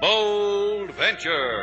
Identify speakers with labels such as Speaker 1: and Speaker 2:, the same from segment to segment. Speaker 1: Bold Venture.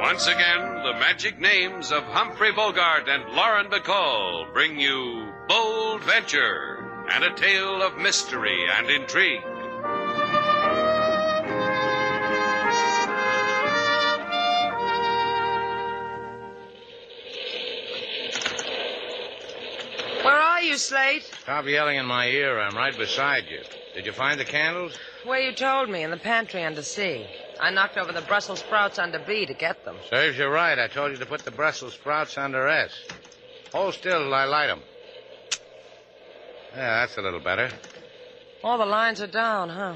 Speaker 1: Once again, the magic names of Humphrey Bogart and Lauren Bacall bring you Bold Venture and a tale of mystery and intrigue.
Speaker 2: Where are you, Slate?
Speaker 3: Stop yelling in my ear. I'm right beside you. Did you find the candles?
Speaker 2: Where you told me, in the pantry under C. I knocked over the Brussels sprouts under B to get them.
Speaker 3: Serves you right. I told you to put the Brussels sprouts under S. Hold still till I light them. Yeah, that's a little better.
Speaker 2: All the lines are down, huh?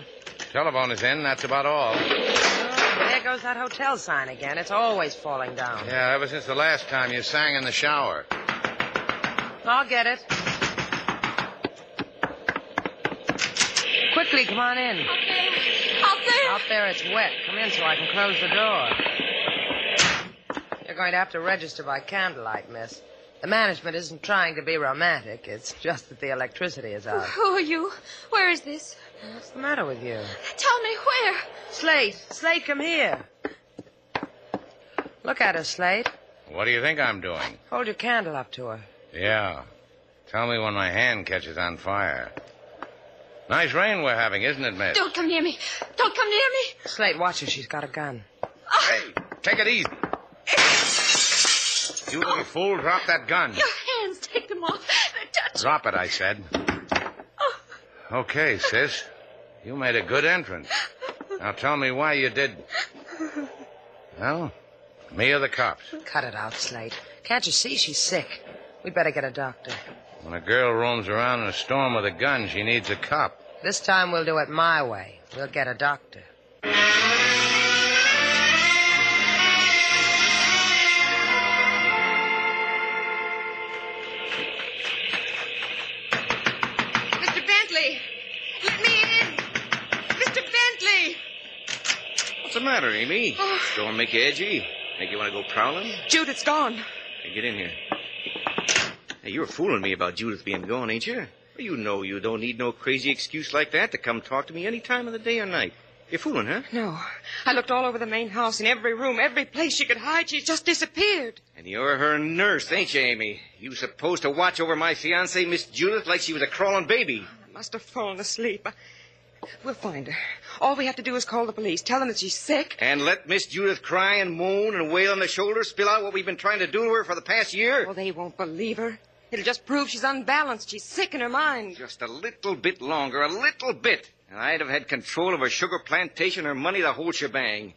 Speaker 3: Telephone is in. That's about all.
Speaker 2: Oh, there goes that hotel sign again. It's always falling down.
Speaker 3: Yeah, ever since the last time you sang in the shower.
Speaker 2: I'll get it. Quickly, come on in.
Speaker 4: Up there. Up there.
Speaker 2: Out there it's wet. Come in so I can close the door. You're going to have to register by candlelight, miss. The management isn't trying to be romantic. It's just that the electricity is out.
Speaker 4: Who are you? Where is this?
Speaker 2: What's the matter with you?
Speaker 4: Tell me where.
Speaker 2: Slate, Slate, come here. Look at her, Slate.
Speaker 3: What do you think I'm doing?
Speaker 2: Hold your candle up to her.
Speaker 3: Yeah. Tell me when my hand catches on fire. Nice rain we're having, isn't it, miss?
Speaker 4: Don't come near me. Don't come near me.
Speaker 2: Slate, watch her. She's got a gun.
Speaker 3: Hey, take it easy. You little fool, drop that gun.
Speaker 4: Your hands, take them off. They're touching.
Speaker 3: Drop it, I said. Okay, sis. You made a good entrance. Now tell me why you did. Well, me or the cops?
Speaker 2: Cut it out, Slate. Can't you see she's sick? We'd better get a doctor.
Speaker 3: When a girl roams around in a storm with a gun, she needs a cop.
Speaker 2: This time we'll do it my way. We'll get a doctor.
Speaker 4: Mr. Bentley, let me in. Mr. Bentley.
Speaker 5: What's the matter, Amy? Storm make you edgy? Make you want to go prowling?
Speaker 4: Judith's gone.
Speaker 5: Hey, get in here. Hey, you're fooling me about Judith being gone, ain't you? Well, you know you don't need no crazy excuse like that to come talk to me any time of the day or night. You're fooling, huh?
Speaker 4: No. I looked all over the main house, in every room, every place she could hide. She's just disappeared.
Speaker 5: And you're her nurse, ain't you, Amy? You supposed to watch over my fiancée, Miss Judith, like she was a crawling baby.
Speaker 4: Must have fallen asleep. We'll find her. All we have to do is call the police, tell them that she's sick.
Speaker 5: And let Miss Judith cry and moan and wail on the shoulder, spill out what we've been trying to do to her for the past year.
Speaker 4: Well, they won't believe her. It'll just prove she's unbalanced. She's sick in her mind.
Speaker 5: Just a little bit longer, a little bit, and I'd have had control of her sugar plantation, her money, the whole shebang.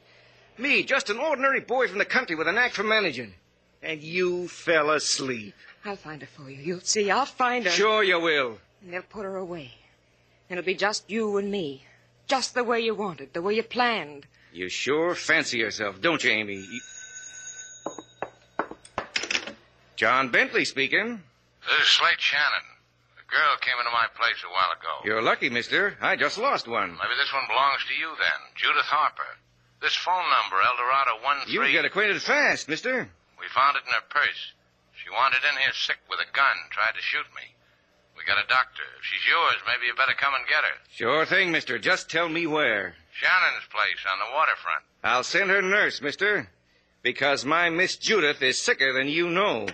Speaker 5: Me, just an ordinary boy from the country with a knack for managing. And you fell asleep.
Speaker 4: I'll find her for you. You'll see. I'll find her.
Speaker 5: Sure you will.
Speaker 4: And they'll put her away. And it'll be just you and me. Just the way you wanted, the way you planned.
Speaker 5: You sure fancy yourself, don't you, Amy? You- John Bentley speaking.
Speaker 3: This is Slate Shannon. The girl came into my place a while ago.
Speaker 5: You're lucky, mister. I just lost one.
Speaker 3: Maybe this one belongs to you then, Judith Harper. This phone number, Eldorado One
Speaker 5: You
Speaker 3: Three.
Speaker 5: get acquainted fast, mister.
Speaker 3: We found it in her purse. She wandered in here sick with a gun, tried to shoot me. We got a doctor. If she's yours, maybe you better come and get her.
Speaker 5: Sure thing, mister. Just tell me where.
Speaker 3: Shannon's place on the waterfront.
Speaker 5: I'll send her nurse, mister. Because my Miss Judith is sicker than you know.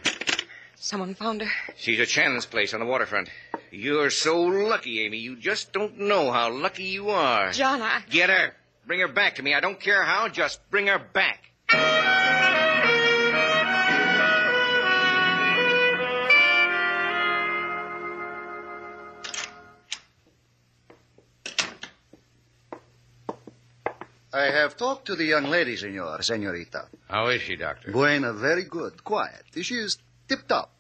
Speaker 4: Someone found her.
Speaker 5: She's at Shannon's place on the waterfront. You're so lucky, Amy. You just don't know how lucky you are.
Speaker 4: John, I.
Speaker 5: Get her. Bring her back to me. I don't care how, just bring her back.
Speaker 6: I have talked to the young lady, senor, senorita.
Speaker 3: How is she, Doctor?
Speaker 6: Buena, very good, quiet. She is tip top.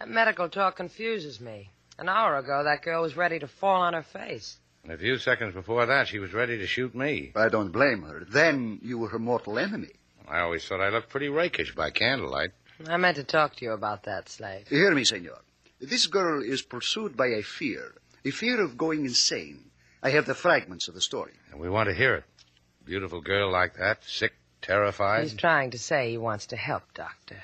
Speaker 2: That medical talk confuses me. An hour ago, that girl was ready to fall on her face.
Speaker 3: And a few seconds before that, she was ready to shoot me.
Speaker 6: I don't blame her. Then you were her mortal enemy.
Speaker 3: I always thought I looked pretty rakish by candlelight.
Speaker 2: I meant to talk to you about that, Slade.
Speaker 6: Hear me, senor. This girl is pursued by a fear, a fear of going insane. I have the fragments of the story.
Speaker 3: And we want to hear it. Beautiful girl like that, sick, terrified.
Speaker 2: He's trying to say he wants to help, Doctor.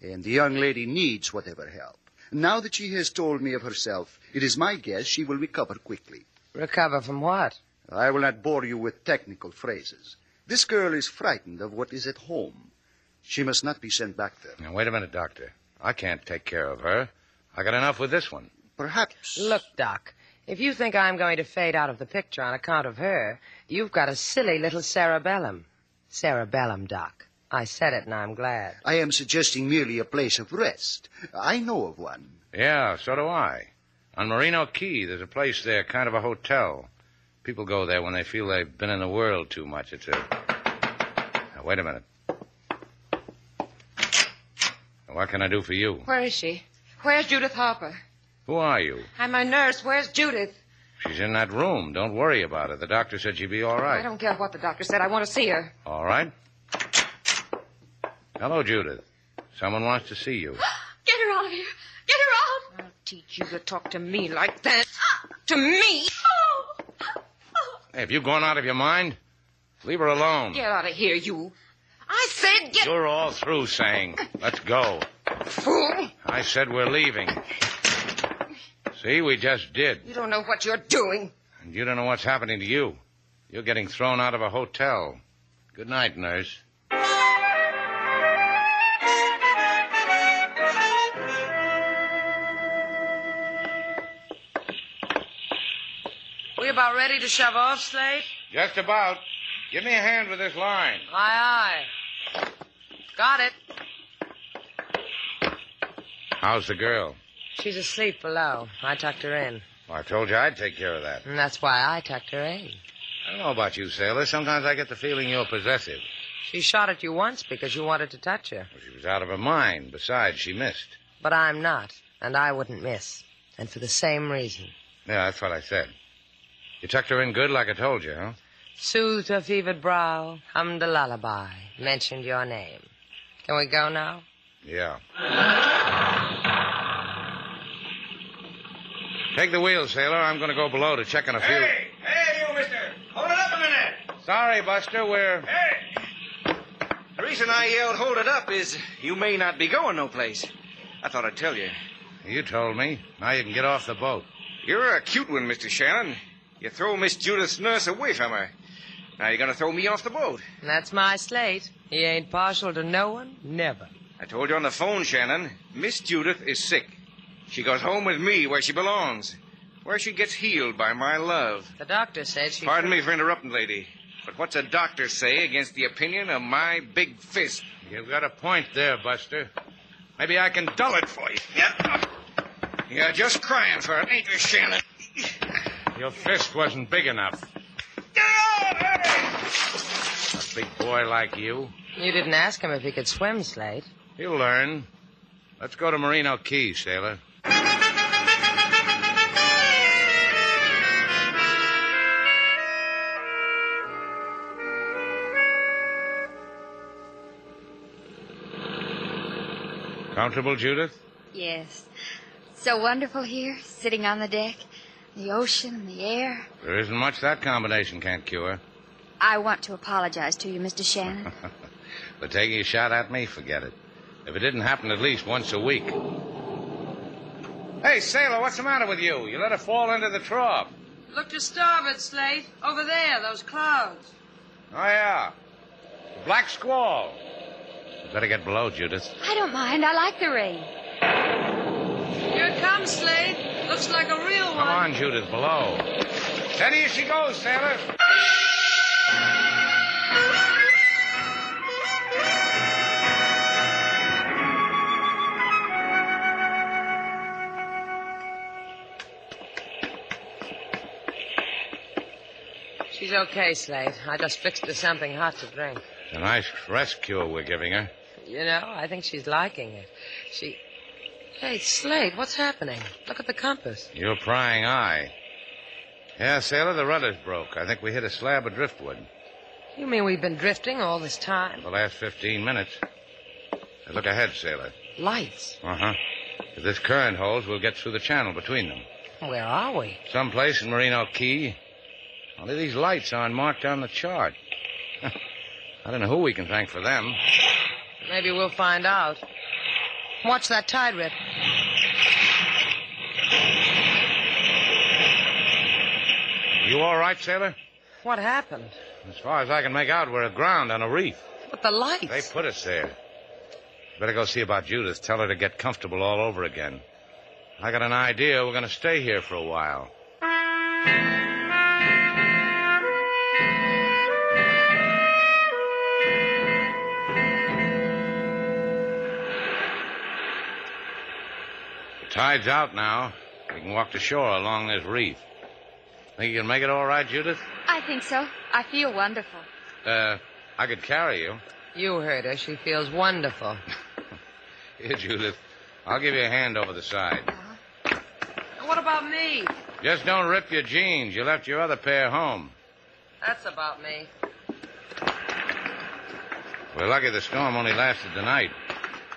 Speaker 6: And the young lady needs whatever help. Now that she has told me of herself, it is my guess she will recover quickly.
Speaker 2: Recover from what?
Speaker 6: I will not bore you with technical phrases. This girl is frightened of what is at home. She must not be sent back there.
Speaker 3: Now, wait a minute, Doctor. I can't take care of her. I got enough with this one.
Speaker 6: Perhaps.
Speaker 2: Look, Doc, if you think I'm going to fade out of the picture on account of her, you've got a silly little cerebellum. Cerebellum, Doc. I said it, and I'm glad.
Speaker 6: I am suggesting merely a place of rest. I know of one.
Speaker 3: Yeah, so do I. On Merino Key, there's a place there, kind of a hotel. People go there when they feel they've been in the world too much. It's a. Now, wait a minute. What can I do for you?
Speaker 4: Where is she? Where's Judith Harper?
Speaker 3: Who are you?
Speaker 4: I'm my nurse. Where's Judith?
Speaker 3: She's in that room. Don't worry about her. The doctor said she'd be all
Speaker 4: I
Speaker 3: right.
Speaker 4: don't care what the doctor said. I want to see her.
Speaker 3: All right? Hello, Judith. Someone wants to see you.
Speaker 4: Get her out of here. Get her out. I'll teach you to talk to me like that. To me.
Speaker 3: Hey, have you gone out of your mind? Leave her alone.
Speaker 4: Get out of here, you. I said get
Speaker 3: You're all through saying, let's go.
Speaker 4: fool.
Speaker 3: I said we're leaving. See, we just did.
Speaker 4: You don't know what you're doing.
Speaker 3: And you don't know what's happening to you. You're getting thrown out of a hotel. Good night, nurse.
Speaker 2: We about ready to shove off, Slade?
Speaker 3: Just about. Give me a hand with this line.
Speaker 2: Aye, aye. Got it.
Speaker 3: How's the girl?
Speaker 2: She's asleep below. I tucked her in.
Speaker 3: Well, I told you I'd take care of that.
Speaker 2: And that's why I tucked her in.
Speaker 3: I don't know about you, sailor. Sometimes I get the feeling you're possessive.
Speaker 2: She shot at you once because you wanted to touch her.
Speaker 3: Well, she was out of her mind. Besides, she missed.
Speaker 2: But I'm not, and I wouldn't miss. And for the same reason.
Speaker 3: Yeah, that's what I said. You tucked her in good like I told you, huh?
Speaker 2: Soothed her fevered brow, hummed a lullaby, mentioned your name. Can we go now?
Speaker 3: Yeah. Take the wheel, sailor. I'm going to go below to check on a few.
Speaker 5: Hey, hey, you, mister. Hold it up a minute.
Speaker 3: Sorry, Buster. We're.
Speaker 5: Hey. The reason I yelled hold it up is you may not be going no place. I thought I'd tell you.
Speaker 3: You told me. Now you can get off the boat.
Speaker 5: You're a cute one, Mr. Shannon. You throw Miss Judith's nurse away from her. Now you're going to throw me off the boat.
Speaker 2: And that's my slate. He ain't partial to no one, never.
Speaker 5: I told you on the phone, Shannon. Miss Judith is sick. She goes home with me where she belongs, where she gets healed by my love.
Speaker 2: The doctor said she.
Speaker 5: Pardon me for interrupting, lady. But what's a doctor say against the opinion of my big fist?
Speaker 3: You've got a point there, Buster. Maybe I can dull it for you.
Speaker 5: Yep. You're just crying for it, ain't you, Shannon?
Speaker 3: Your fist wasn't big enough.
Speaker 5: Get out! Hey!
Speaker 3: A big boy like you.
Speaker 2: You didn't ask him if he could swim, Slate.
Speaker 3: You'll learn. Let's go to Merino Key, sailor. Comfortable, Judith?
Speaker 7: Yes. So wonderful here, sitting on the deck, the ocean, and the air.
Speaker 3: There isn't much that combination can't cure.
Speaker 7: I want to apologize to you, Mr. Shannon.
Speaker 3: But taking a shot at me, forget it. If it didn't happen at least once a week. Hey, sailor, what's the matter with you? You let her fall into the trough.
Speaker 2: Look to starboard, Slate. Over there, those clouds.
Speaker 3: Oh, yeah. Black squall. Better get below, Judith.
Speaker 7: I don't mind. I like the rain.
Speaker 2: Here it comes, Slate. Looks like a real
Speaker 3: Come
Speaker 2: one.
Speaker 3: on, Judith, below. Steady as she goes, sailor.
Speaker 2: She's okay, Slate. I just fixed her something hot to drink.
Speaker 3: It's a nice rescue we're giving her.
Speaker 2: You know, I think she's liking it. She. Hey, Slate, what's happening? Look at the compass.
Speaker 3: Your prying eye. Yeah, sailor, the rudder's broke. I think we hit a slab of driftwood
Speaker 2: You mean we've been drifting all this time?
Speaker 3: the last 15 minutes. Now, Look ahead, sailor.
Speaker 2: Lights.
Speaker 3: Uh huh. If this current holds, we'll get through the channel between them.
Speaker 2: Where are we?
Speaker 3: Someplace in Merino Key. Only these lights aren't marked on the chart. I don't know who we can thank for them.
Speaker 2: Maybe we'll find out. Watch that tide rip.
Speaker 3: You all right, sailor?
Speaker 2: What happened?
Speaker 3: As far as I can make out, we're aground on a reef.
Speaker 2: But the lights.
Speaker 3: They put us there. Better go see about Judith. Tell her to get comfortable all over again. I got an idea. We're going to stay here for a while. The tide's out now. We can walk to shore along this reef. Think you can make it all right, Judith?
Speaker 7: I think so. I feel wonderful.
Speaker 3: Uh, I could carry you.
Speaker 2: You heard her. She feels wonderful.
Speaker 3: Here, Judith. I'll give you a hand over the side.
Speaker 2: What about me?
Speaker 3: Just don't rip your jeans. You left your other pair home.
Speaker 2: That's about me.
Speaker 3: We're lucky the storm only lasted the night.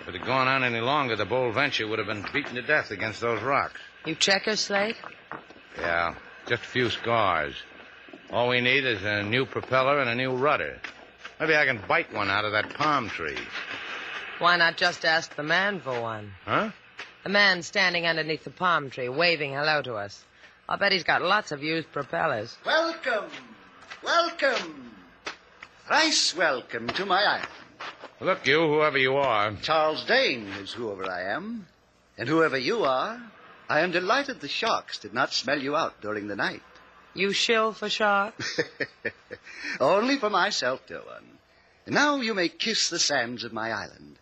Speaker 3: If it had gone on any longer, the Bold Venture would have been beaten to death against those rocks.
Speaker 2: You check her, Slate?
Speaker 3: Yeah, just a few scars. All we need is a new propeller and a new rudder. Maybe I can bite one out of that palm tree.
Speaker 2: Why not just ask the man for one?
Speaker 3: Huh?
Speaker 2: The man standing underneath the palm tree, waving hello to us. I'll bet he's got lots of used propellers.
Speaker 6: Welcome, welcome, thrice welcome to my island.
Speaker 3: Look, you, whoever you are.
Speaker 6: Charles Dane is whoever I am, and whoever you are, I am delighted the sharks did not smell you out during the night.
Speaker 2: You shill for sharks?
Speaker 6: Only for myself, dear one. Now you may kiss the sands of my island,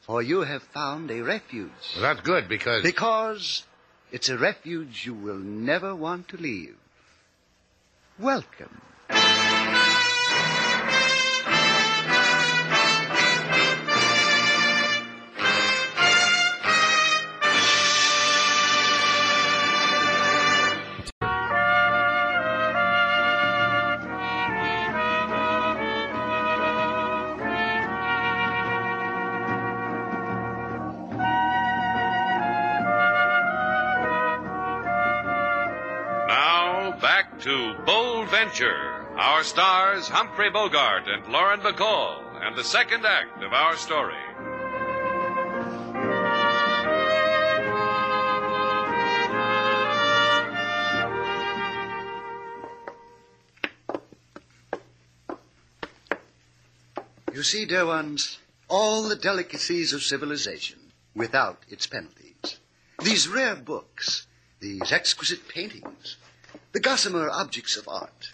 Speaker 6: for you have found a refuge.
Speaker 3: Well, that's good because.
Speaker 6: Because it's a refuge you will never want to leave. Welcome.
Speaker 1: Now, back to Bold Venture. Our stars, Humphrey Bogart and Lauren Bacall, and the second act of our story.
Speaker 6: You see, dear ones, all the delicacies of civilization without its penalties. These rare books, these exquisite paintings, the gossamer objects of art.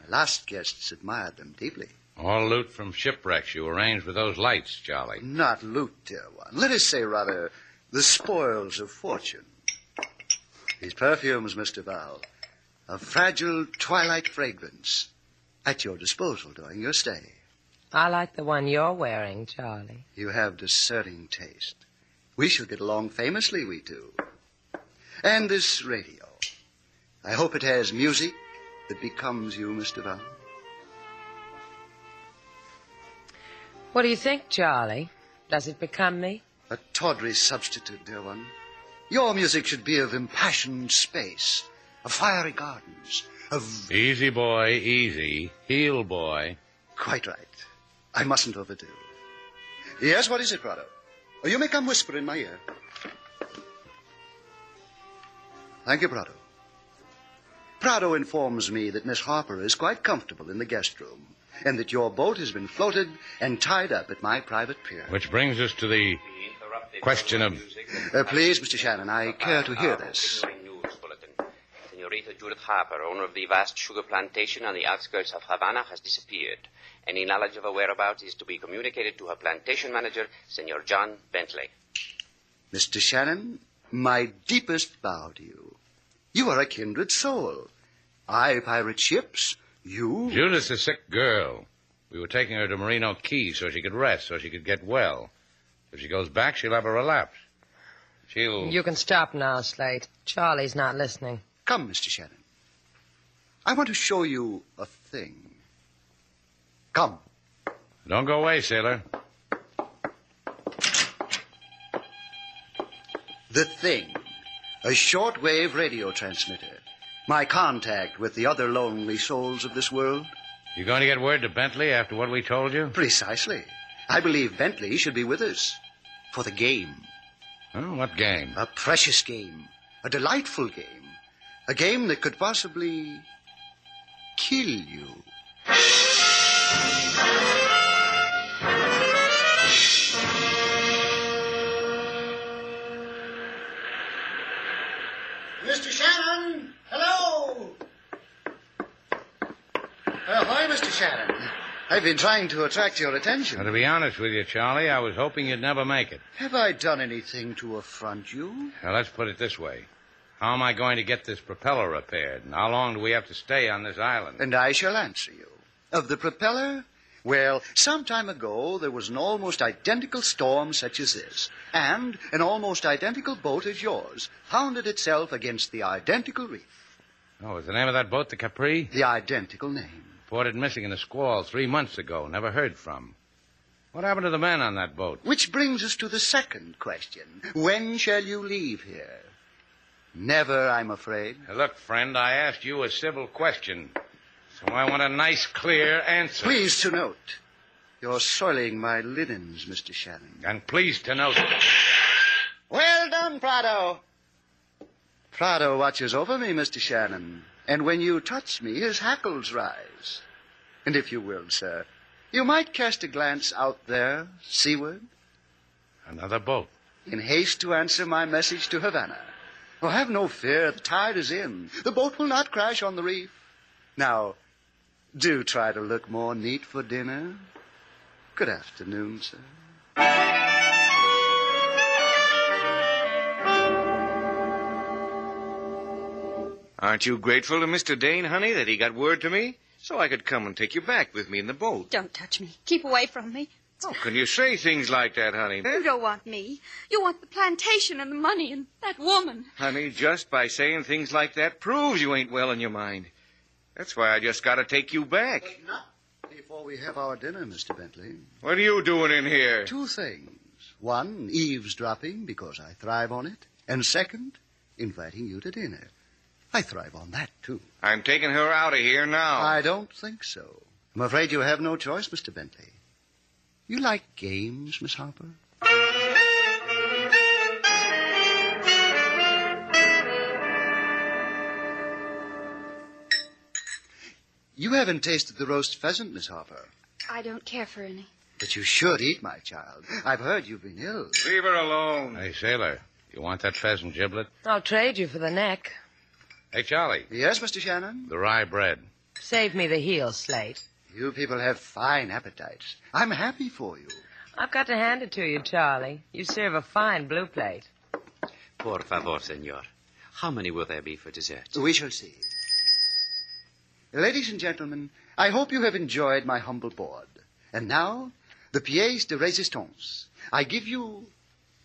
Speaker 6: My last guests admired them deeply.
Speaker 3: All loot from shipwrecks you arranged with those lights, Charlie.
Speaker 6: Not loot, dear one. Let us say, rather, the spoils of fortune. These perfumes, Mr. Val, a fragile twilight fragrance at your disposal during your stay.
Speaker 2: I like the one you're wearing, Charlie.
Speaker 6: You have discerning taste. We shall get along famously, we two. And this radio. I hope it has music that becomes you, Mr. Val.
Speaker 2: What do you think, Charlie? Does it become me?
Speaker 6: A tawdry substitute, dear one. Your music should be of impassioned space, of fiery gardens, of.
Speaker 3: Easy, boy, easy. Heel, boy.
Speaker 6: Quite right. I mustn't overdo. Yes, what is it, Rollo? Oh, You may come whisper in my ear. Thank you, Prado. Prado informs me that Miss Harper is quite comfortable in the guest room, and that your boat has been floated and tied up at my private pier.
Speaker 3: Which brings us to the question of.
Speaker 6: Uh, please, Mr. Shannon, I care to hear this.
Speaker 8: Senorita Judith Harper, owner of the vast sugar plantation on the outskirts of Havana, has disappeared. Any knowledge of her whereabouts is to be communicated to her plantation manager, Senor John Bentley.
Speaker 6: Mr. Shannon, my deepest bow to you. You are a kindred soul. I pirate ships, you.
Speaker 3: Judith's a sick girl. We were taking her to Merino Key so she could rest, so she could get well. If she goes back, she'll have a relapse. She'll.
Speaker 2: You can stop now, Slate. Charlie's not listening.
Speaker 6: Come, Mr. Shannon. I want to show you a thing. Come.
Speaker 3: Don't go away, sailor.
Speaker 6: The thing. A shortwave radio transmitter. My contact with the other lonely souls of this world.
Speaker 3: You going to get word to Bentley after what we told you?
Speaker 6: Precisely. I believe Bentley should be with us. For the game.
Speaker 3: Oh, what game?
Speaker 6: A precious game. A delightful game. A game that could possibly kill you. Mr. Shannon! Hello! Uh, hi, Mr. Shannon. I've been trying to attract your attention.
Speaker 3: Now, to be honest with you, Charlie, I was hoping you'd never make it.
Speaker 6: Have I done anything to affront you?
Speaker 3: Now, let's put it this way. How am I going to get this propeller repaired? And how long do we have to stay on this island?
Speaker 6: And I shall answer you. Of the propeller? Well, some time ago, there was an almost identical storm such as this, and an almost identical boat as yours pounded itself against the identical reef.
Speaker 3: Oh, is the name of that boat the Capri?
Speaker 6: The identical name.
Speaker 3: Reported missing in a squall three months ago. Never heard from. What happened to the men on that boat?
Speaker 6: Which brings us to the second question When shall you leave here? Never, I'm afraid.
Speaker 3: Now, Look, friend, I asked you a civil question, so I want a nice, clear answer.
Speaker 6: Please to note, you're soiling my linens, Mr. Shannon.
Speaker 3: And please to note.
Speaker 5: Well done, Prado.
Speaker 6: Prado watches over me, Mr. Shannon, and when you touch me, his hackles rise. And if you will, sir, you might cast a glance out there, seaward,
Speaker 3: Another boat.
Speaker 6: in haste to answer my message to Havana. Oh, have no fear, the tide is in. The boat will not crash on the reef. Now, do try to look more neat for dinner. Good afternoon, sir.
Speaker 5: Aren't you grateful to Mr. Dane, honey, that he got word to me? So I could come and take you back with me in the boat.
Speaker 9: Don't touch me. Keep away from me.
Speaker 5: How can you say things like that, honey?
Speaker 9: You don't want me. You want the plantation and the money and that woman.
Speaker 5: Honey, just by saying things like that proves you ain't well in your mind. That's why I just gotta take you back.
Speaker 6: Before we have our dinner, Mr. Bentley,
Speaker 5: What are you doing in here?
Speaker 6: Two things. One, eavesdropping, because I thrive on it. And second, inviting you to dinner. I thrive on that, too.
Speaker 5: I'm taking her out of here now.
Speaker 6: I don't think so. I'm afraid you have no choice, Mr. Bentley. You like games, Miss Harper? You haven't tasted the roast pheasant, Miss Harper.
Speaker 9: I don't care for any.
Speaker 6: But you should eat, my child. I've heard you've been ill.
Speaker 5: Leave her alone.
Speaker 3: Hey, sailor, you want that pheasant giblet?
Speaker 2: I'll trade you for the neck.
Speaker 3: Hey, Charlie,
Speaker 6: Yes, Mr. Shannon?
Speaker 3: the rye bread.
Speaker 2: Save me the heel, Slate.
Speaker 6: You people have fine appetites. I'm happy for you.
Speaker 2: I've got to hand it to you, Charlie. You serve a fine blue plate.
Speaker 8: Por favor, senor. How many will there be for dessert?
Speaker 6: We shall see. Ladies and gentlemen, I hope you have enjoyed my humble board. And now, the pièce de résistance. I give you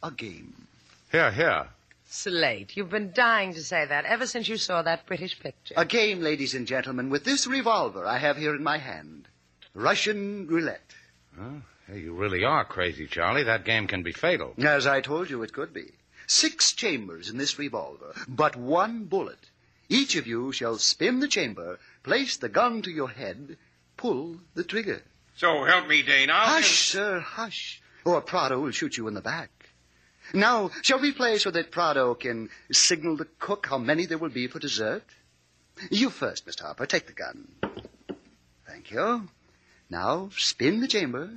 Speaker 6: a game.
Speaker 3: Here, here.
Speaker 2: Slate, you've been dying to say that ever since you saw that British picture.
Speaker 6: A game, ladies and gentlemen, with this revolver I have here in my hand. Russian roulette.
Speaker 3: Huh? Hey, You really are crazy, Charlie. That game can be fatal.
Speaker 6: As I told you, it could be. Six chambers in this revolver, but one bullet. Each of you shall spin the chamber, place the gun to your head, pull the trigger.
Speaker 1: So help me, Dane. I'll.
Speaker 6: Hush, sir, hush, or Prado will shoot you in the back. Now, shall we play so that Prado can signal the cook how many there will be for dessert? You first, Mr. Harper. Take the gun. Thank you. Now, spin the chamber.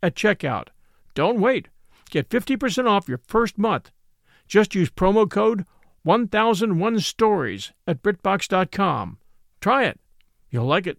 Speaker 10: at checkout. Don't wait. Get 50% off your first month. Just use promo code 1001stories at BritBox.com. Try it. You'll like it.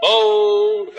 Speaker 1: Bold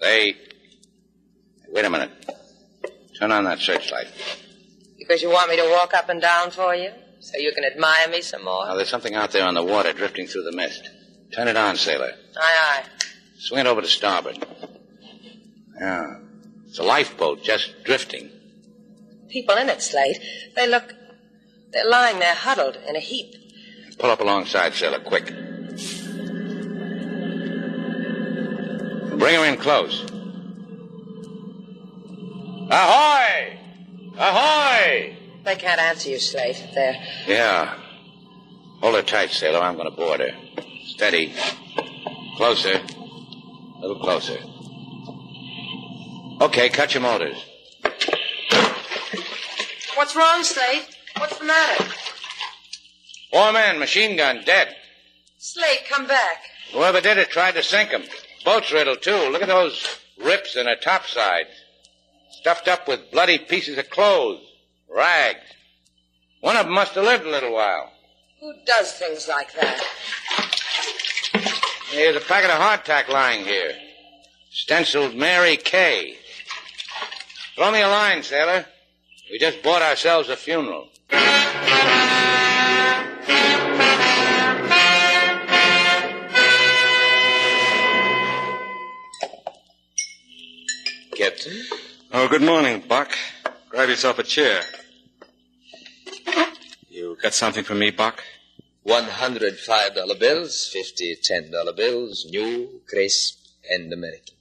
Speaker 3: They. Wait a minute. Turn on that searchlight.
Speaker 2: Because you want me to walk up and down for you? So you can admire me some more?
Speaker 3: Now, there's something out there on the water drifting through the mist. Turn it on, sailor.
Speaker 2: Aye, aye.
Speaker 3: Swing it over to starboard. Yeah. It's a lifeboat just drifting.
Speaker 2: People in it, Slate. They look. They're lying there huddled in a heap.
Speaker 3: Pull up alongside, sailor, quick. Bring her in close. Ahoy! Ahoy!
Speaker 2: They can't answer you, Slate. They're.
Speaker 3: Yeah. Hold her tight, sailor. I'm going to board her. Steady. Closer. A little closer. Okay, cut your motors.
Speaker 2: What's wrong, Slate? What's the matter?
Speaker 3: Four men, machine gun, dead.
Speaker 2: Slate, come back.
Speaker 3: Whoever did it tried to sink 'em. Boat's riddled, too. Look at those rips in her topside. Stuffed up with bloody pieces of clothes, rags. One of 'em must have lived a little while.
Speaker 2: Who does things like that?
Speaker 3: Here's a packet of hardtack lying here. Stenciled Mary Kay. Throw me a line, sailor. We just bought ourselves a funeral. Captain?
Speaker 11: Oh, good morning, Buck. Grab yourself a chair. You got something for me, Buck?
Speaker 12: One hundred five dollar bills, fifty ten dollar bills, new, crisp, and American.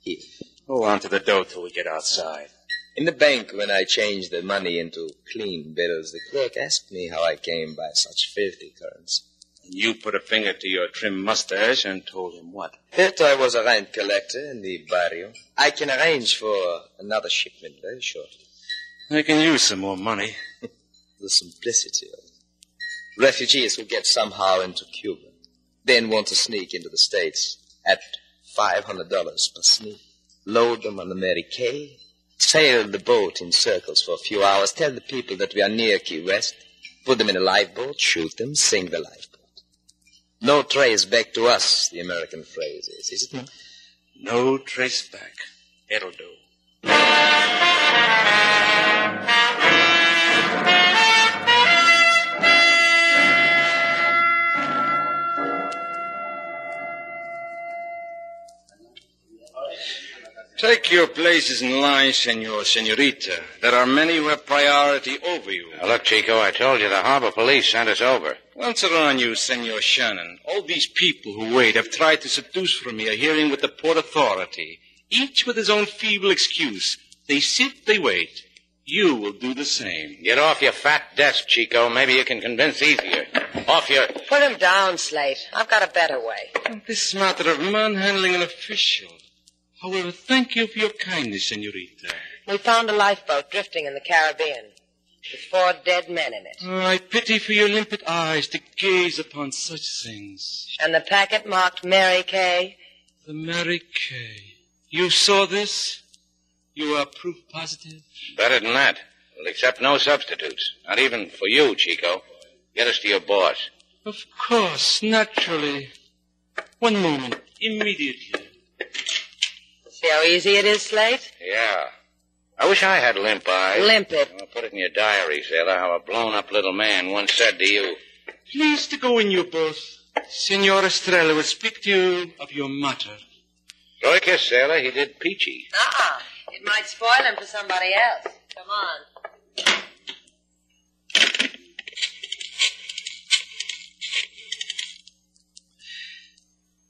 Speaker 12: Here.
Speaker 11: Hold on to the dough till we get outside.
Speaker 12: In the bank, when I changed the money into clean bills, the clerk asked me how I came by such filthy currency.
Speaker 11: You put a finger to your trim mustache and told him what?
Speaker 12: That I was a rent collector in the barrio. I can arrange for another shipment very shortly.
Speaker 11: I can use some more money.
Speaker 12: The simplicity of it. Refugees who get somehow into Cuba, then want to sneak into the States at $500 per sneak. Load them on the Mary Kay, sail the boat in circles for a few hours, tell the people that we are near Key West, put them in a lifeboat, shoot them, sink the lifeboat. No trace back to us, the American phrase is, is it not?
Speaker 11: Hmm. No trace back. It'll do.
Speaker 13: Take your places in line, senor, senorita. There are many who have priority over you.
Speaker 3: Now, look, Chico, I told you the harbor police sent us over.
Speaker 13: Answer on you, senor Shannon. All these people who wait have tried to seduce from me a hearing with the port authority, each with his own feeble excuse. They sit, they wait. You will do the same.
Speaker 3: Get off your fat desk, Chico. Maybe you can convince easier. Off your.
Speaker 2: Put him down, Slate. I've got a better way.
Speaker 13: This matter of manhandling an official. However, thank you for your kindness, senorita.
Speaker 2: We found a lifeboat drifting in the Caribbean with four dead men in it.
Speaker 13: Oh, I pity for your limpid eyes to gaze upon such things.
Speaker 2: And the packet marked Mary Kay.
Speaker 13: The Mary Kay. You saw this? You are proof positive?
Speaker 3: Better than that. We'll accept no substitutes. Not even for you, Chico. Get us to your boss.
Speaker 13: Of course, naturally. One moment. Immediately.
Speaker 2: See how easy it is, Slate?
Speaker 3: Yeah. I wish I had limp eyes.
Speaker 2: Limp it.
Speaker 3: I'll put it in your diary, sailor, how a blown up little man once said to you,
Speaker 13: Please to go in your berth. Senor Estrella will speak to you of your matter.
Speaker 3: Throw a kiss, sailor, he did peachy.
Speaker 2: Uh-uh. It might spoil him for somebody else. Come on.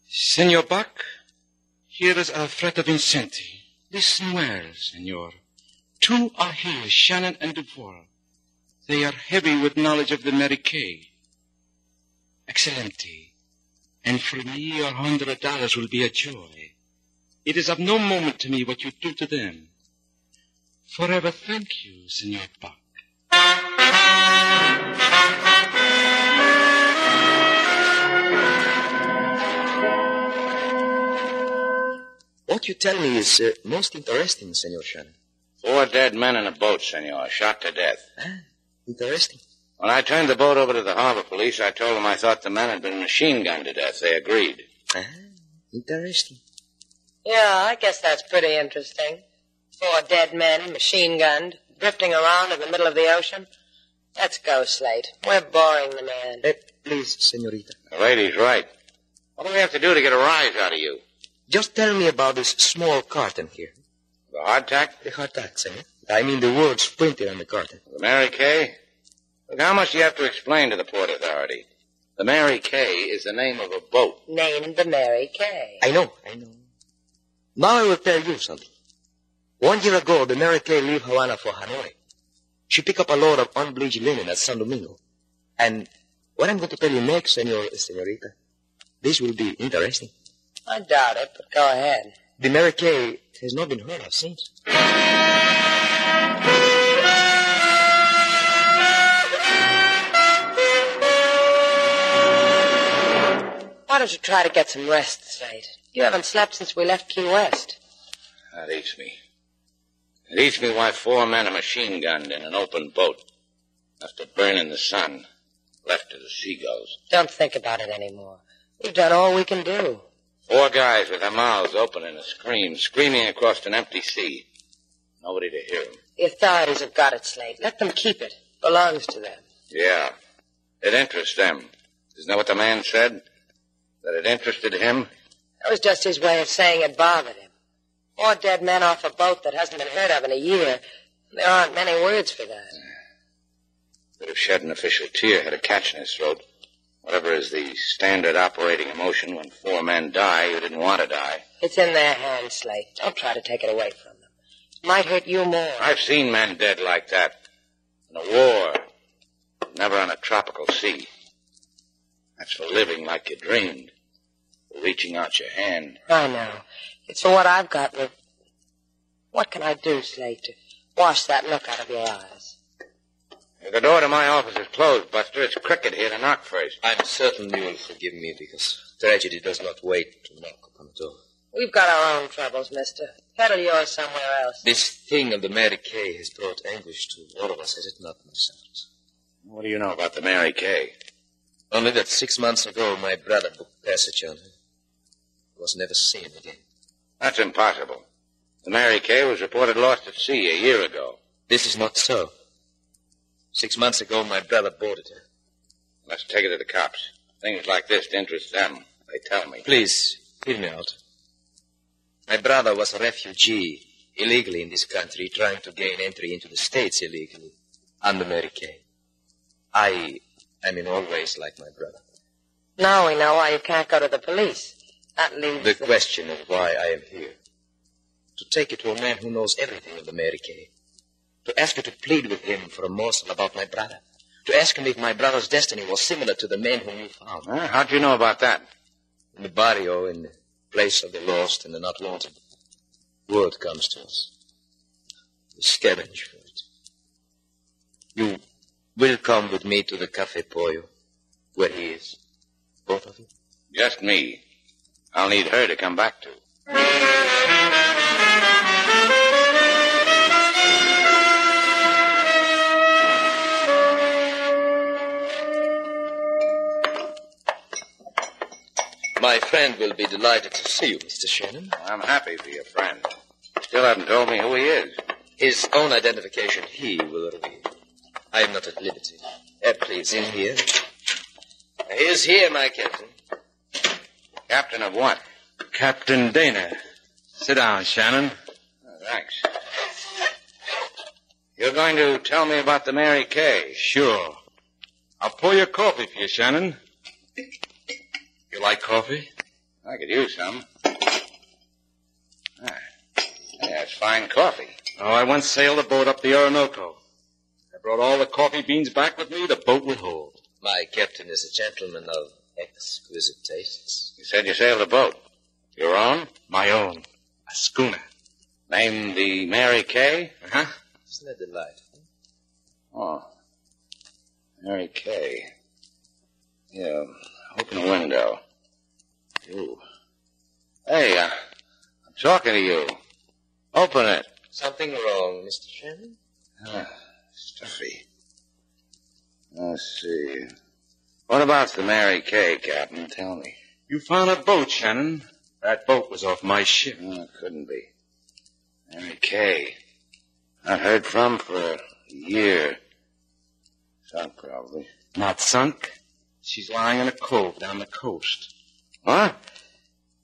Speaker 13: Senor Buck, here is Alfredo Vincenti. Listen well, senor. Two are here, Shannon and Duval. They are heavy with knowledge of the Mary Kay. Excellency, and for me your hundred dollars will be a joy. It is of no moment to me what you do to them. Forever thank you, Senor Buck.
Speaker 12: What you tell me is uh, most interesting, Senor Shannon.
Speaker 3: Four dead men in a boat, senor, shot to death.
Speaker 12: Interesting.
Speaker 3: When I turned the boat over to the harbor police, I told them I thought the men had been machine gunned to death. They agreed.
Speaker 12: Interesting.
Speaker 2: Yeah, I guess that's pretty interesting. Four dead men, machine gunned, drifting around in the middle of the ocean. Let's go, Slate. We're boring the man.
Speaker 12: Please, senorita.
Speaker 3: The lady's right. What do we have to do to get a rise out of you?
Speaker 12: Just tell me about this small carton here.
Speaker 3: The hardtack?
Speaker 12: The hardtack, senor. I mean the words printed on the carton.
Speaker 3: The Mary Kay? Look, how much do you have to explain to the Port Authority? The Mary Kay is the name of a boat.
Speaker 2: Named the Mary Kay.
Speaker 12: I know, I know. Now I will tell you something. One year ago, the Mary Kay left Havana for Hanoi. She picked up a load of unbleached linen at San Domingo. And what I'm going to tell you next, senor, senorita, this will be interesting.
Speaker 2: I doubt it, but go ahead.
Speaker 12: The Mary Kay has not been heard of since.
Speaker 2: Why don't you try to get some rest, Slate? You haven't slept since we left Key West.
Speaker 3: That eats me. It eats me why four men are machine gunned in an open boat. Left to burn in the sun. Left to the seagulls.
Speaker 2: Don't think about it anymore. We've done all we can do.
Speaker 3: Four guys with their mouths open in a scream, screaming across an empty sea. Nobody to hear 'em.
Speaker 2: The authorities have got it, Slate. Let them keep it. Belongs to them.
Speaker 3: Yeah. It interests them. Isn't that what the man said? That it interested him?
Speaker 2: That was just his way of saying it bothered him. Four dead men off a boat that hasn't been heard of in a year. There aren't many words for that.
Speaker 3: Would have shed an official tear had a catch in his throat. Whatever is the standard operating emotion when four men die who didn't want to die.
Speaker 2: It's in their hands, Slate. Don't try to take it away from them. It might hurt you more.
Speaker 3: I've seen men dead like that. In a war. Never on a tropical sea. That's for living like you dreamed. For reaching out your hand.
Speaker 2: I know. It's for what I've got. But what can I do, Slate, to wash that look out of your eyes?
Speaker 3: The door to my office is closed, Buster. It's Cricket here to knock first.
Speaker 12: I'm certain you will forgive me because tragedy does not wait to knock upon the door.
Speaker 2: We've got our own troubles, mister. Peddle yours somewhere else.
Speaker 12: This thing of the Mary Kay has brought anguish to all of us, has it not, my son?
Speaker 3: What do you know about the Mary Kay?
Speaker 12: Only that six months ago my brother booked passage on her. Was never seen again.
Speaker 3: That's impossible. The Mary Kay was reported lost at sea a year ago.
Speaker 12: This is not so. Six months ago my brother boarded her.
Speaker 3: Let's take it to the cops. Things like this interest them. They tell me.
Speaker 12: Please, hear me out. My brother was a refugee, illegally in this country, trying to gain entry into the States illegally, under Mary Kay. I am in all ways like my brother.
Speaker 2: Now we know why you can't go to the police. That leaves
Speaker 12: The question is why I am here. To take it to a man who knows everything of the Mary Kay. To ask you to plead with him for a morsel about my brother. To ask him if my brother's destiny was similar to the man whom you found.
Speaker 3: Huh? How'd you know about that?
Speaker 12: In the barrio, in the place of the lost and the not wanted, word comes to us. We scavenge for it. You will come with me to the Cafe Pollo, where he is. Both of you?
Speaker 3: Just me. I'll need her to come back to.
Speaker 12: My friend will be delighted to see you, Mr. Shannon.
Speaker 3: I'm happy for your friend. Still haven't told me who he is.
Speaker 12: His own identification he will reveal. I am not at liberty. Uh, please, in here. He is here, my captain.
Speaker 3: Captain of what?
Speaker 13: Captain Dana. Sit down, Shannon.
Speaker 3: Uh, Thanks. You're going to tell me about the Mary Kay.
Speaker 13: Sure. I'll pour your coffee for you, Shannon. You like coffee?
Speaker 3: I could use some. Ah, yeah, it's fine coffee.
Speaker 13: Oh, I once sailed a boat up the Orinoco. I brought all the coffee beans back with me the boat would hold.
Speaker 12: My captain is a gentleman of exquisite tastes.
Speaker 3: You said you sailed a boat. Your own?
Speaker 13: My own. A schooner.
Speaker 3: Named the Mary Kay?
Speaker 13: Uh-huh.
Speaker 12: Isn't that delightful?
Speaker 3: Oh. Mary Kay. Yeah. Open the window. Ooh. Hey, uh, I'm talking to you. Open it.
Speaker 12: Something wrong, Mr. Shannon?
Speaker 3: Ah, stuffy. Let's see. What about the Mary Kay, Captain? Tell me.
Speaker 13: You found a boat, Shannon. That boat was off my ship.
Speaker 3: No, it couldn't be. Mary Kay. Not heard from for a year. Sunk, probably.
Speaker 13: Not sunk. She's lying in a cove down the coast.
Speaker 3: What?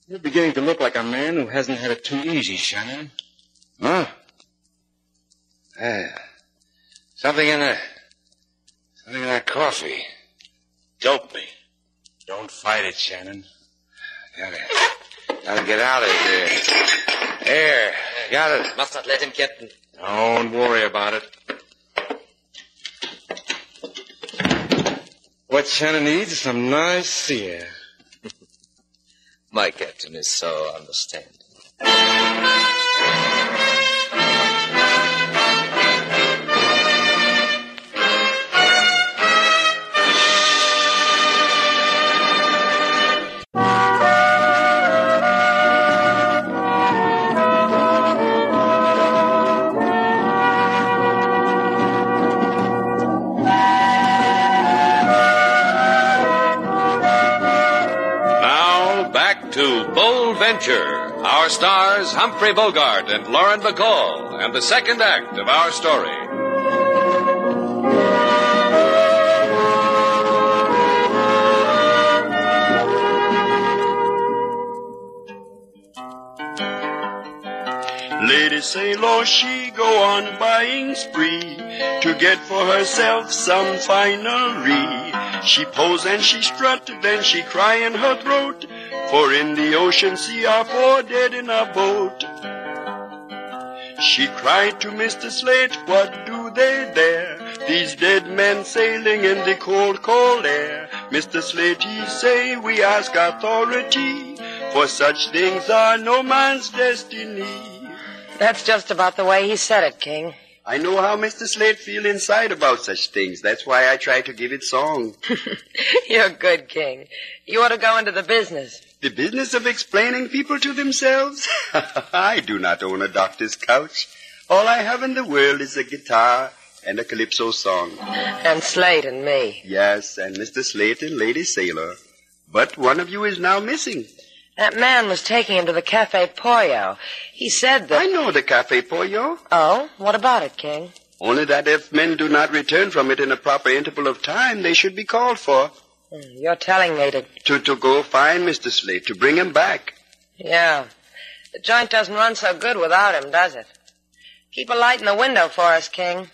Speaker 13: You're beginning to look like a man who hasn't had it too easy, Shannon.
Speaker 3: Huh? Uh, something in the something in that coffee.
Speaker 13: Dope me. Don't fight it, Shannon.
Speaker 3: Gotta, gotta get out of here. There, got it.
Speaker 12: Must not let him, Captain.
Speaker 13: Don't worry about it. What Shannon needs is some nice sear.
Speaker 12: My captain is so understanding.
Speaker 1: Now, back to Bold Venture. Our stars, Humphrey Bogart and Lauren Bacall, and the second act of our story.
Speaker 14: Lady Sailor, she go on buying spree to get for herself some finery. She pose and she strut, then she cry in her throat, for in the ocean sea are four dead in a boat. She cried to Mr. Slate, what do they there? These dead men sailing in the cold, cold air. Mr. Slate, he say, we ask authority, for such things are no man's destiny.
Speaker 2: That's just about the way he said it, King.
Speaker 14: I know how Mr. Slate feel inside about such things. That's why I try to give it song.
Speaker 2: You're good, King. You ought to go into the business.
Speaker 14: the business of explaining people to themselves? I do not own a doctor's couch. All I have in the world is a guitar and a calypso song.
Speaker 2: And Slade and me.
Speaker 14: Yes, and Mr. Slate and Lady Sailor. But one of you is now missing.
Speaker 2: That man was taking him to the Cafe Pollo. He said that.
Speaker 14: I know the Cafe Pollo.
Speaker 2: Oh, what about it, King?
Speaker 14: Only that if men do not return from it in a proper interval of time, they should be called for.
Speaker 2: Hmm, You're telling me to.
Speaker 14: To, to go find Mr. Slate, to bring him back.
Speaker 2: Yeah. The joint doesn't run so good without him, does it? Keep a light in the window for us, King.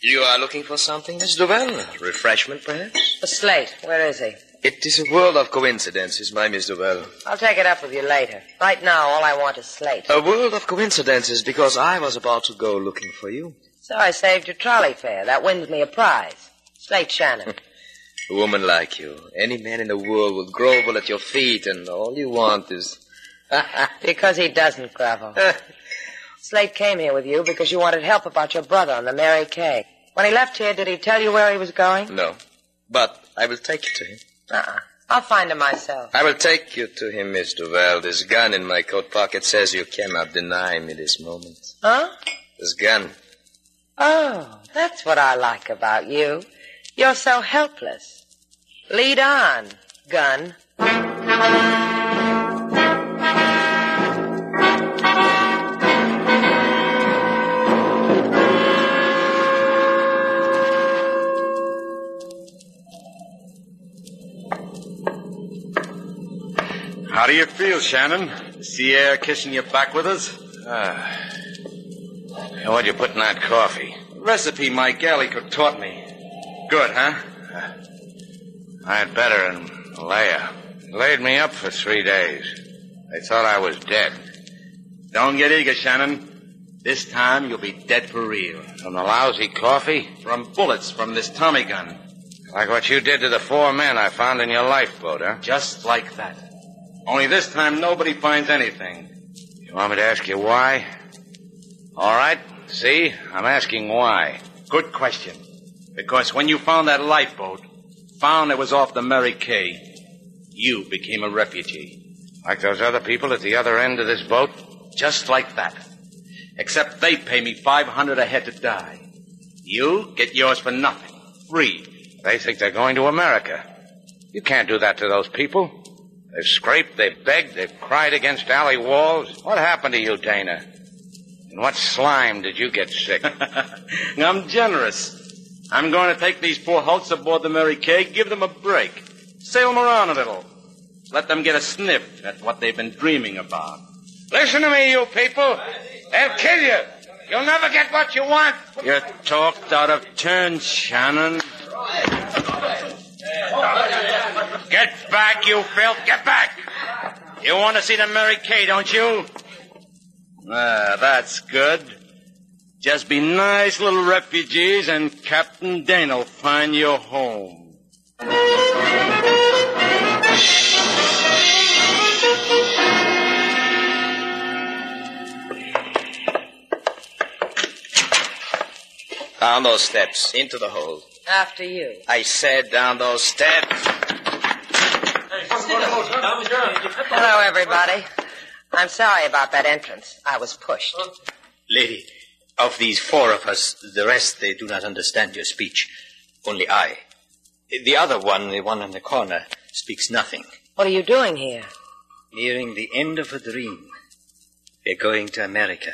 Speaker 12: You are looking for something, Miss Duval? Refreshment, perhaps?
Speaker 2: The Slate, where is he?
Speaker 12: It is a world of coincidences, my Miss Duval.
Speaker 2: I'll take it up with you later. Right now, all I want is Slate.
Speaker 12: A world of coincidences because I was about to go looking for you.
Speaker 2: So I saved your trolley fare. That wins me a prize. Slate Shannon.
Speaker 12: A woman like you, any man in the world would grovel at your feet, and all you want is.
Speaker 2: because he doesn't grovel. Slate came here with you because you wanted help about your brother on the Mary Kay. When he left here, did he tell you where he was going?
Speaker 12: No. But I will take you to him.
Speaker 2: Uh-uh. I'll find him myself.
Speaker 12: I will take you to him, Miss Duval. This gun in my coat pocket says you cannot deny me this moment.
Speaker 2: Huh?
Speaker 12: This gun.
Speaker 2: Oh, that's what I like about you. You're so helpless. Lead on, gun.
Speaker 13: How do you feel, Shannon? The sea air kissing your back with us?
Speaker 3: Ah.
Speaker 13: What'd you put in that coffee? Recipe my galley cook taught me. Good, huh?
Speaker 3: I'd better and Leia. Laid me up for three days. They thought I was dead.
Speaker 13: Don't get eager, Shannon. This time you'll be dead for real.
Speaker 3: From the lousy coffee?
Speaker 13: From bullets from this Tommy gun.
Speaker 3: Like what you did to the four men I found in your lifeboat, huh?
Speaker 13: Just like that. Only this time nobody finds anything.
Speaker 3: You want me to ask you why? All right. See? I'm asking why.
Speaker 13: Good question. Because when you found that lifeboat, found it was off the Mary Kay, you became a refugee.
Speaker 3: Like those other people at the other end of this boat?
Speaker 13: Just like that. Except they pay me 500 a head to die. You get yours for nothing. Free.
Speaker 3: They think they're going to America. You can't do that to those people. They've scraped, they've begged, they've cried against alley walls. What happened to you, Dana? In what slime did you get sick?
Speaker 13: I'm generous. I'm going to take these poor hulks aboard the Mary Kay, give them a break, sail them around a little, let them get a sniff at what they've been dreaming about.
Speaker 3: Listen to me, you people. They'll kill you. You'll never get what you want.
Speaker 13: You're talked out of turn, Shannon.
Speaker 3: Get back, you filth. Get back. You want to see the Mary Kay, don't you?
Speaker 13: Ah, that's good. Just be nice little refugees, and Captain Dane'll find you a home.
Speaker 15: Down those steps, into the hold.
Speaker 2: After you.
Speaker 15: I said down those steps.
Speaker 2: Hello, everybody. I'm sorry about that entrance. I was pushed.
Speaker 15: Lady, of these four of us, the rest, they do not understand your speech. Only I. The other one, the one in the corner, speaks nothing.
Speaker 2: What are you doing here?
Speaker 15: Nearing the end of a dream. We're going to America.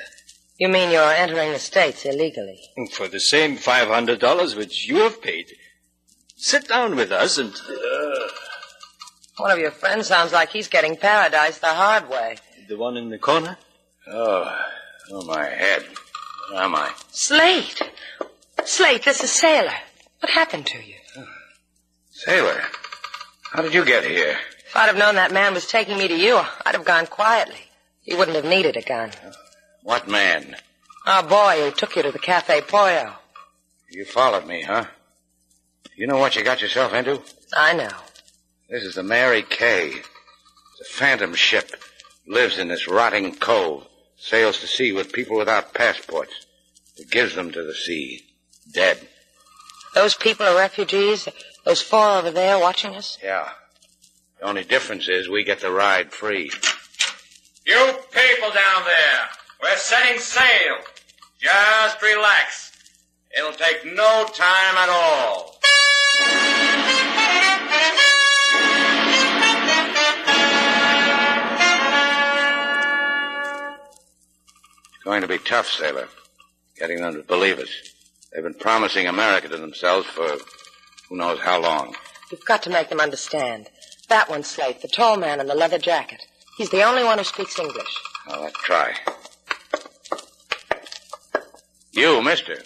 Speaker 2: You mean you're entering the States illegally?
Speaker 15: For the same $500 which you have paid. Sit down with us and. Uh,
Speaker 2: One of your friends sounds like he's getting paradise the hard way.
Speaker 15: the one in the corner?
Speaker 3: Oh, oh my head. Where am I?
Speaker 2: Slate! Slate, this is Sailor. What happened to you?
Speaker 3: Sailor, how did you get here?
Speaker 2: If I'd have known that man was taking me to you, I'd have gone quietly. He wouldn't have needed a gun.
Speaker 3: What man?
Speaker 2: Our boy who took you to the Cafe Pollo.
Speaker 3: You followed me, huh? You know what you got yourself into?
Speaker 2: I know.
Speaker 3: This is the Mary Kay. It's a phantom ship. Lives in this rotting cove. Sails to sea with people without passports. It gives them to the sea. Dead.
Speaker 2: Those people are refugees. Those four over there watching us.
Speaker 3: Yeah. The only difference is we get to ride free.
Speaker 16: You people down there, we're setting sail. Just relax. It'll take no time at all.
Speaker 3: It's going to be tough, Sailor. Getting them to believe us. They've been promising America to themselves for who knows how long.
Speaker 2: You've got to make them understand. That one's Slate, the tall man in the leather jacket. He's the only one who speaks English.
Speaker 3: Now let's try. You, mister.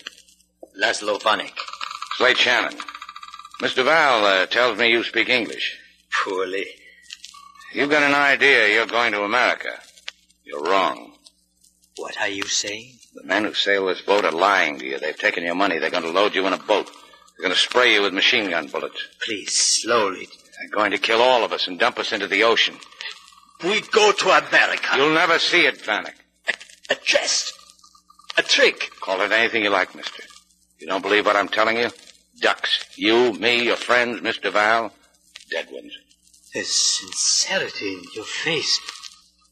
Speaker 15: Laszlo Vanek.
Speaker 3: Slate Shannon. Mr. Val uh, tells me you speak English.
Speaker 15: Poorly.
Speaker 3: You've got an idea you're going to America. You're wrong.
Speaker 15: What are you saying?
Speaker 3: The men who sail this boat are lying to you. They've taken your money. They're going to load you in a boat. They're going to spray you with machine gun bullets.
Speaker 15: Please, slowly.
Speaker 3: They're going to kill all of us and dump us into the ocean.
Speaker 15: We go to America.
Speaker 3: You'll never see it, Vanek.
Speaker 15: A jest. A trick.
Speaker 3: Call it anything you like, mister. You don't believe what I'm telling you? Ducks. You, me, your friends, Mr. Val. Dead ones.
Speaker 15: There's sincerity in your face.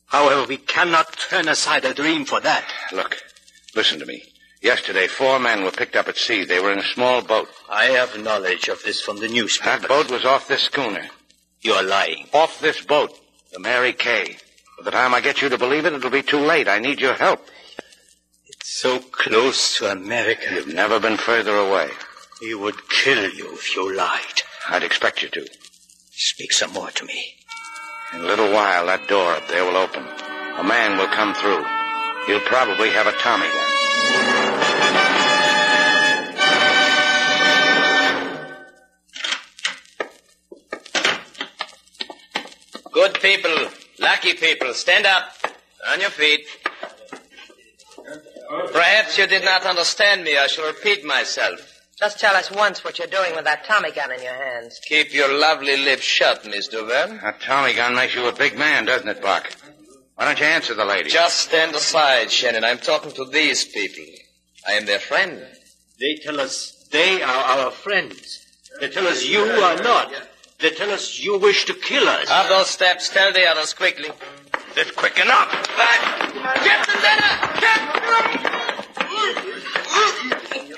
Speaker 15: However, we cannot turn aside a dream for that.
Speaker 3: Look, listen to me. Yesterday, four men were picked up at sea. They were in a small boat. I have knowledge of this from the newspaper. That boat was off this schooner. You are lying. Off this boat, the Mary Kay. By the time I get you to believe it, it'll be too late. I need your help. It's so close to America. You've never been further away. He would kill you if you lied. I'd expect you to. Speak some more to me. In a little while, that door up there will open. A man will come through. He'll probably have a Tommy gun.
Speaker 17: Good people, lucky people, stand up. On your feet. Perhaps you did not understand me. I shall repeat myself.
Speaker 2: Just tell us once what you're doing with that Tommy gun in your hands.
Speaker 17: Keep your lovely lips shut, Miss Duval.
Speaker 3: That Tommy gun makes you a big man, doesn't it, Buck? Why don't you answer the lady?
Speaker 17: Just stand aside, Shannon. I'm talking to these people. I am their friend.
Speaker 15: They tell us they are our friends. They tell us you are not. They tell us you wish to kill us.
Speaker 17: Up those steps. Tell the others quickly.
Speaker 15: That's quick enough.
Speaker 17: Get the dinner!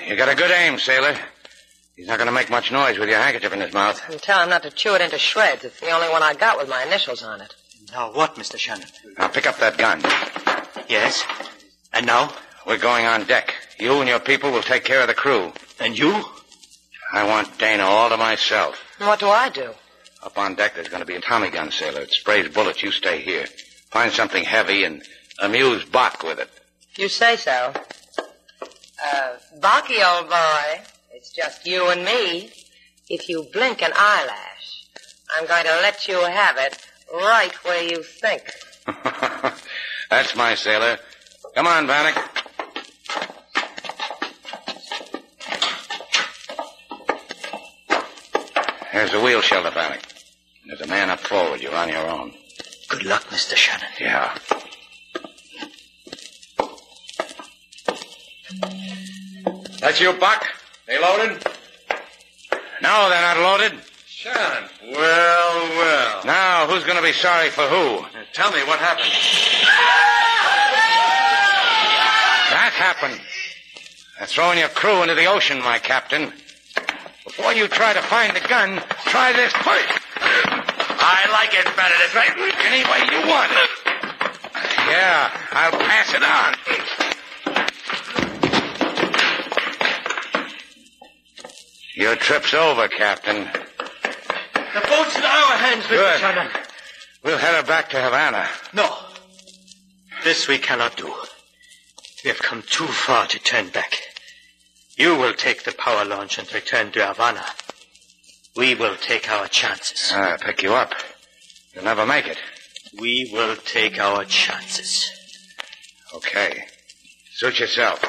Speaker 3: You got a good aim, sailor. He's not going to make much noise with your handkerchief in his mouth.
Speaker 2: And tell him not to chew it into shreds. It's the only one I got with my initials on it.
Speaker 15: Now what, Mr. Shannon?
Speaker 3: Now pick up that gun.
Speaker 15: Yes. And now?
Speaker 3: We're going on deck. You and your people will take care of the crew.
Speaker 15: And you?
Speaker 3: I want Dana all to myself.
Speaker 2: And what do I do?
Speaker 3: Up on deck, there's going to be a Tommy gun, sailor. It sprays bullets. You stay here. Find something heavy and amuse Bach with it.
Speaker 2: You say so. Uh, Bucky, old boy, it's just you and me. If you blink an eyelash, I'm going to let you have it right where you think.
Speaker 3: That's my sailor. Come on, Vanek. There's the wheel shelter, Vanek. There's a man up forward. You're on your own.
Speaker 15: Good luck, Mr. Shannon.
Speaker 3: Yeah.
Speaker 13: That's you, Buck. They loaded?
Speaker 3: No, they're not loaded.
Speaker 13: Shannon. Well, well.
Speaker 3: Now, who's going to be sorry for who?
Speaker 13: Tell me what happened.
Speaker 3: That happened. They're throwing your crew into the ocean, my captain. Before you try to find the gun, try this first.
Speaker 13: I like it better this way. Any way you want it.
Speaker 3: Yeah, I'll pass it on. Your trip's over, Captain.
Speaker 15: The boat's in our hands, Mr.
Speaker 3: Good.
Speaker 15: Shannon.
Speaker 3: We'll head her back to Havana.
Speaker 15: No. This we cannot do. We have come too far to turn back. You will take the power launch and return to Havana. We will take our chances.
Speaker 3: Ah, I'll pick you up. You'll never make it.
Speaker 15: We will take our chances.
Speaker 3: Okay. Suit yourself.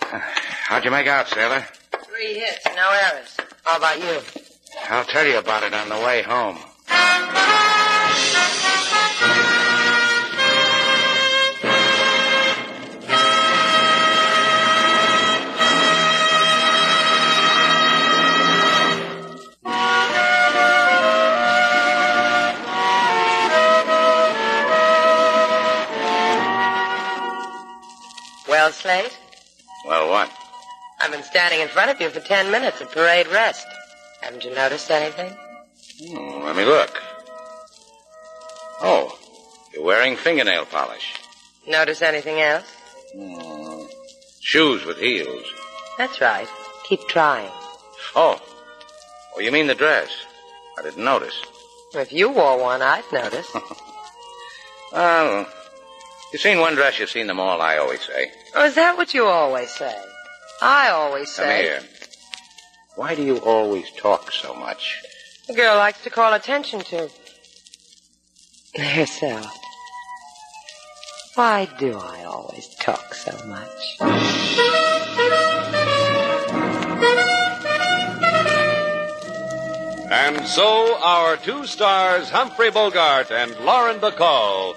Speaker 3: How'd you make out, sailor?
Speaker 2: Three hits, no errors. How about you?
Speaker 3: I'll tell you about it on the way home.
Speaker 2: Well, Slate,
Speaker 3: Well, what?
Speaker 2: I've been standing in front of you for ten minutes at parade rest. Haven't you noticed anything?
Speaker 3: Hmm, let me look. Oh, you're wearing fingernail polish.
Speaker 2: Notice anything else?
Speaker 3: Hmm. Shoes with heels.
Speaker 2: That's right. Keep trying.
Speaker 3: Oh. Oh, you mean the dress? I didn't notice.
Speaker 2: If you wore one, I'd notice.
Speaker 3: Well, you've seen one dress, you've seen them all, I always say.
Speaker 2: oh, is that what you always say? I always
Speaker 3: Come
Speaker 2: say.
Speaker 3: here. Why do you always talk so much?
Speaker 2: The girl likes to call attention to herself. Why do I always talk so much?
Speaker 1: And so our two stars, Humphrey Bogart and Lauren Bacall,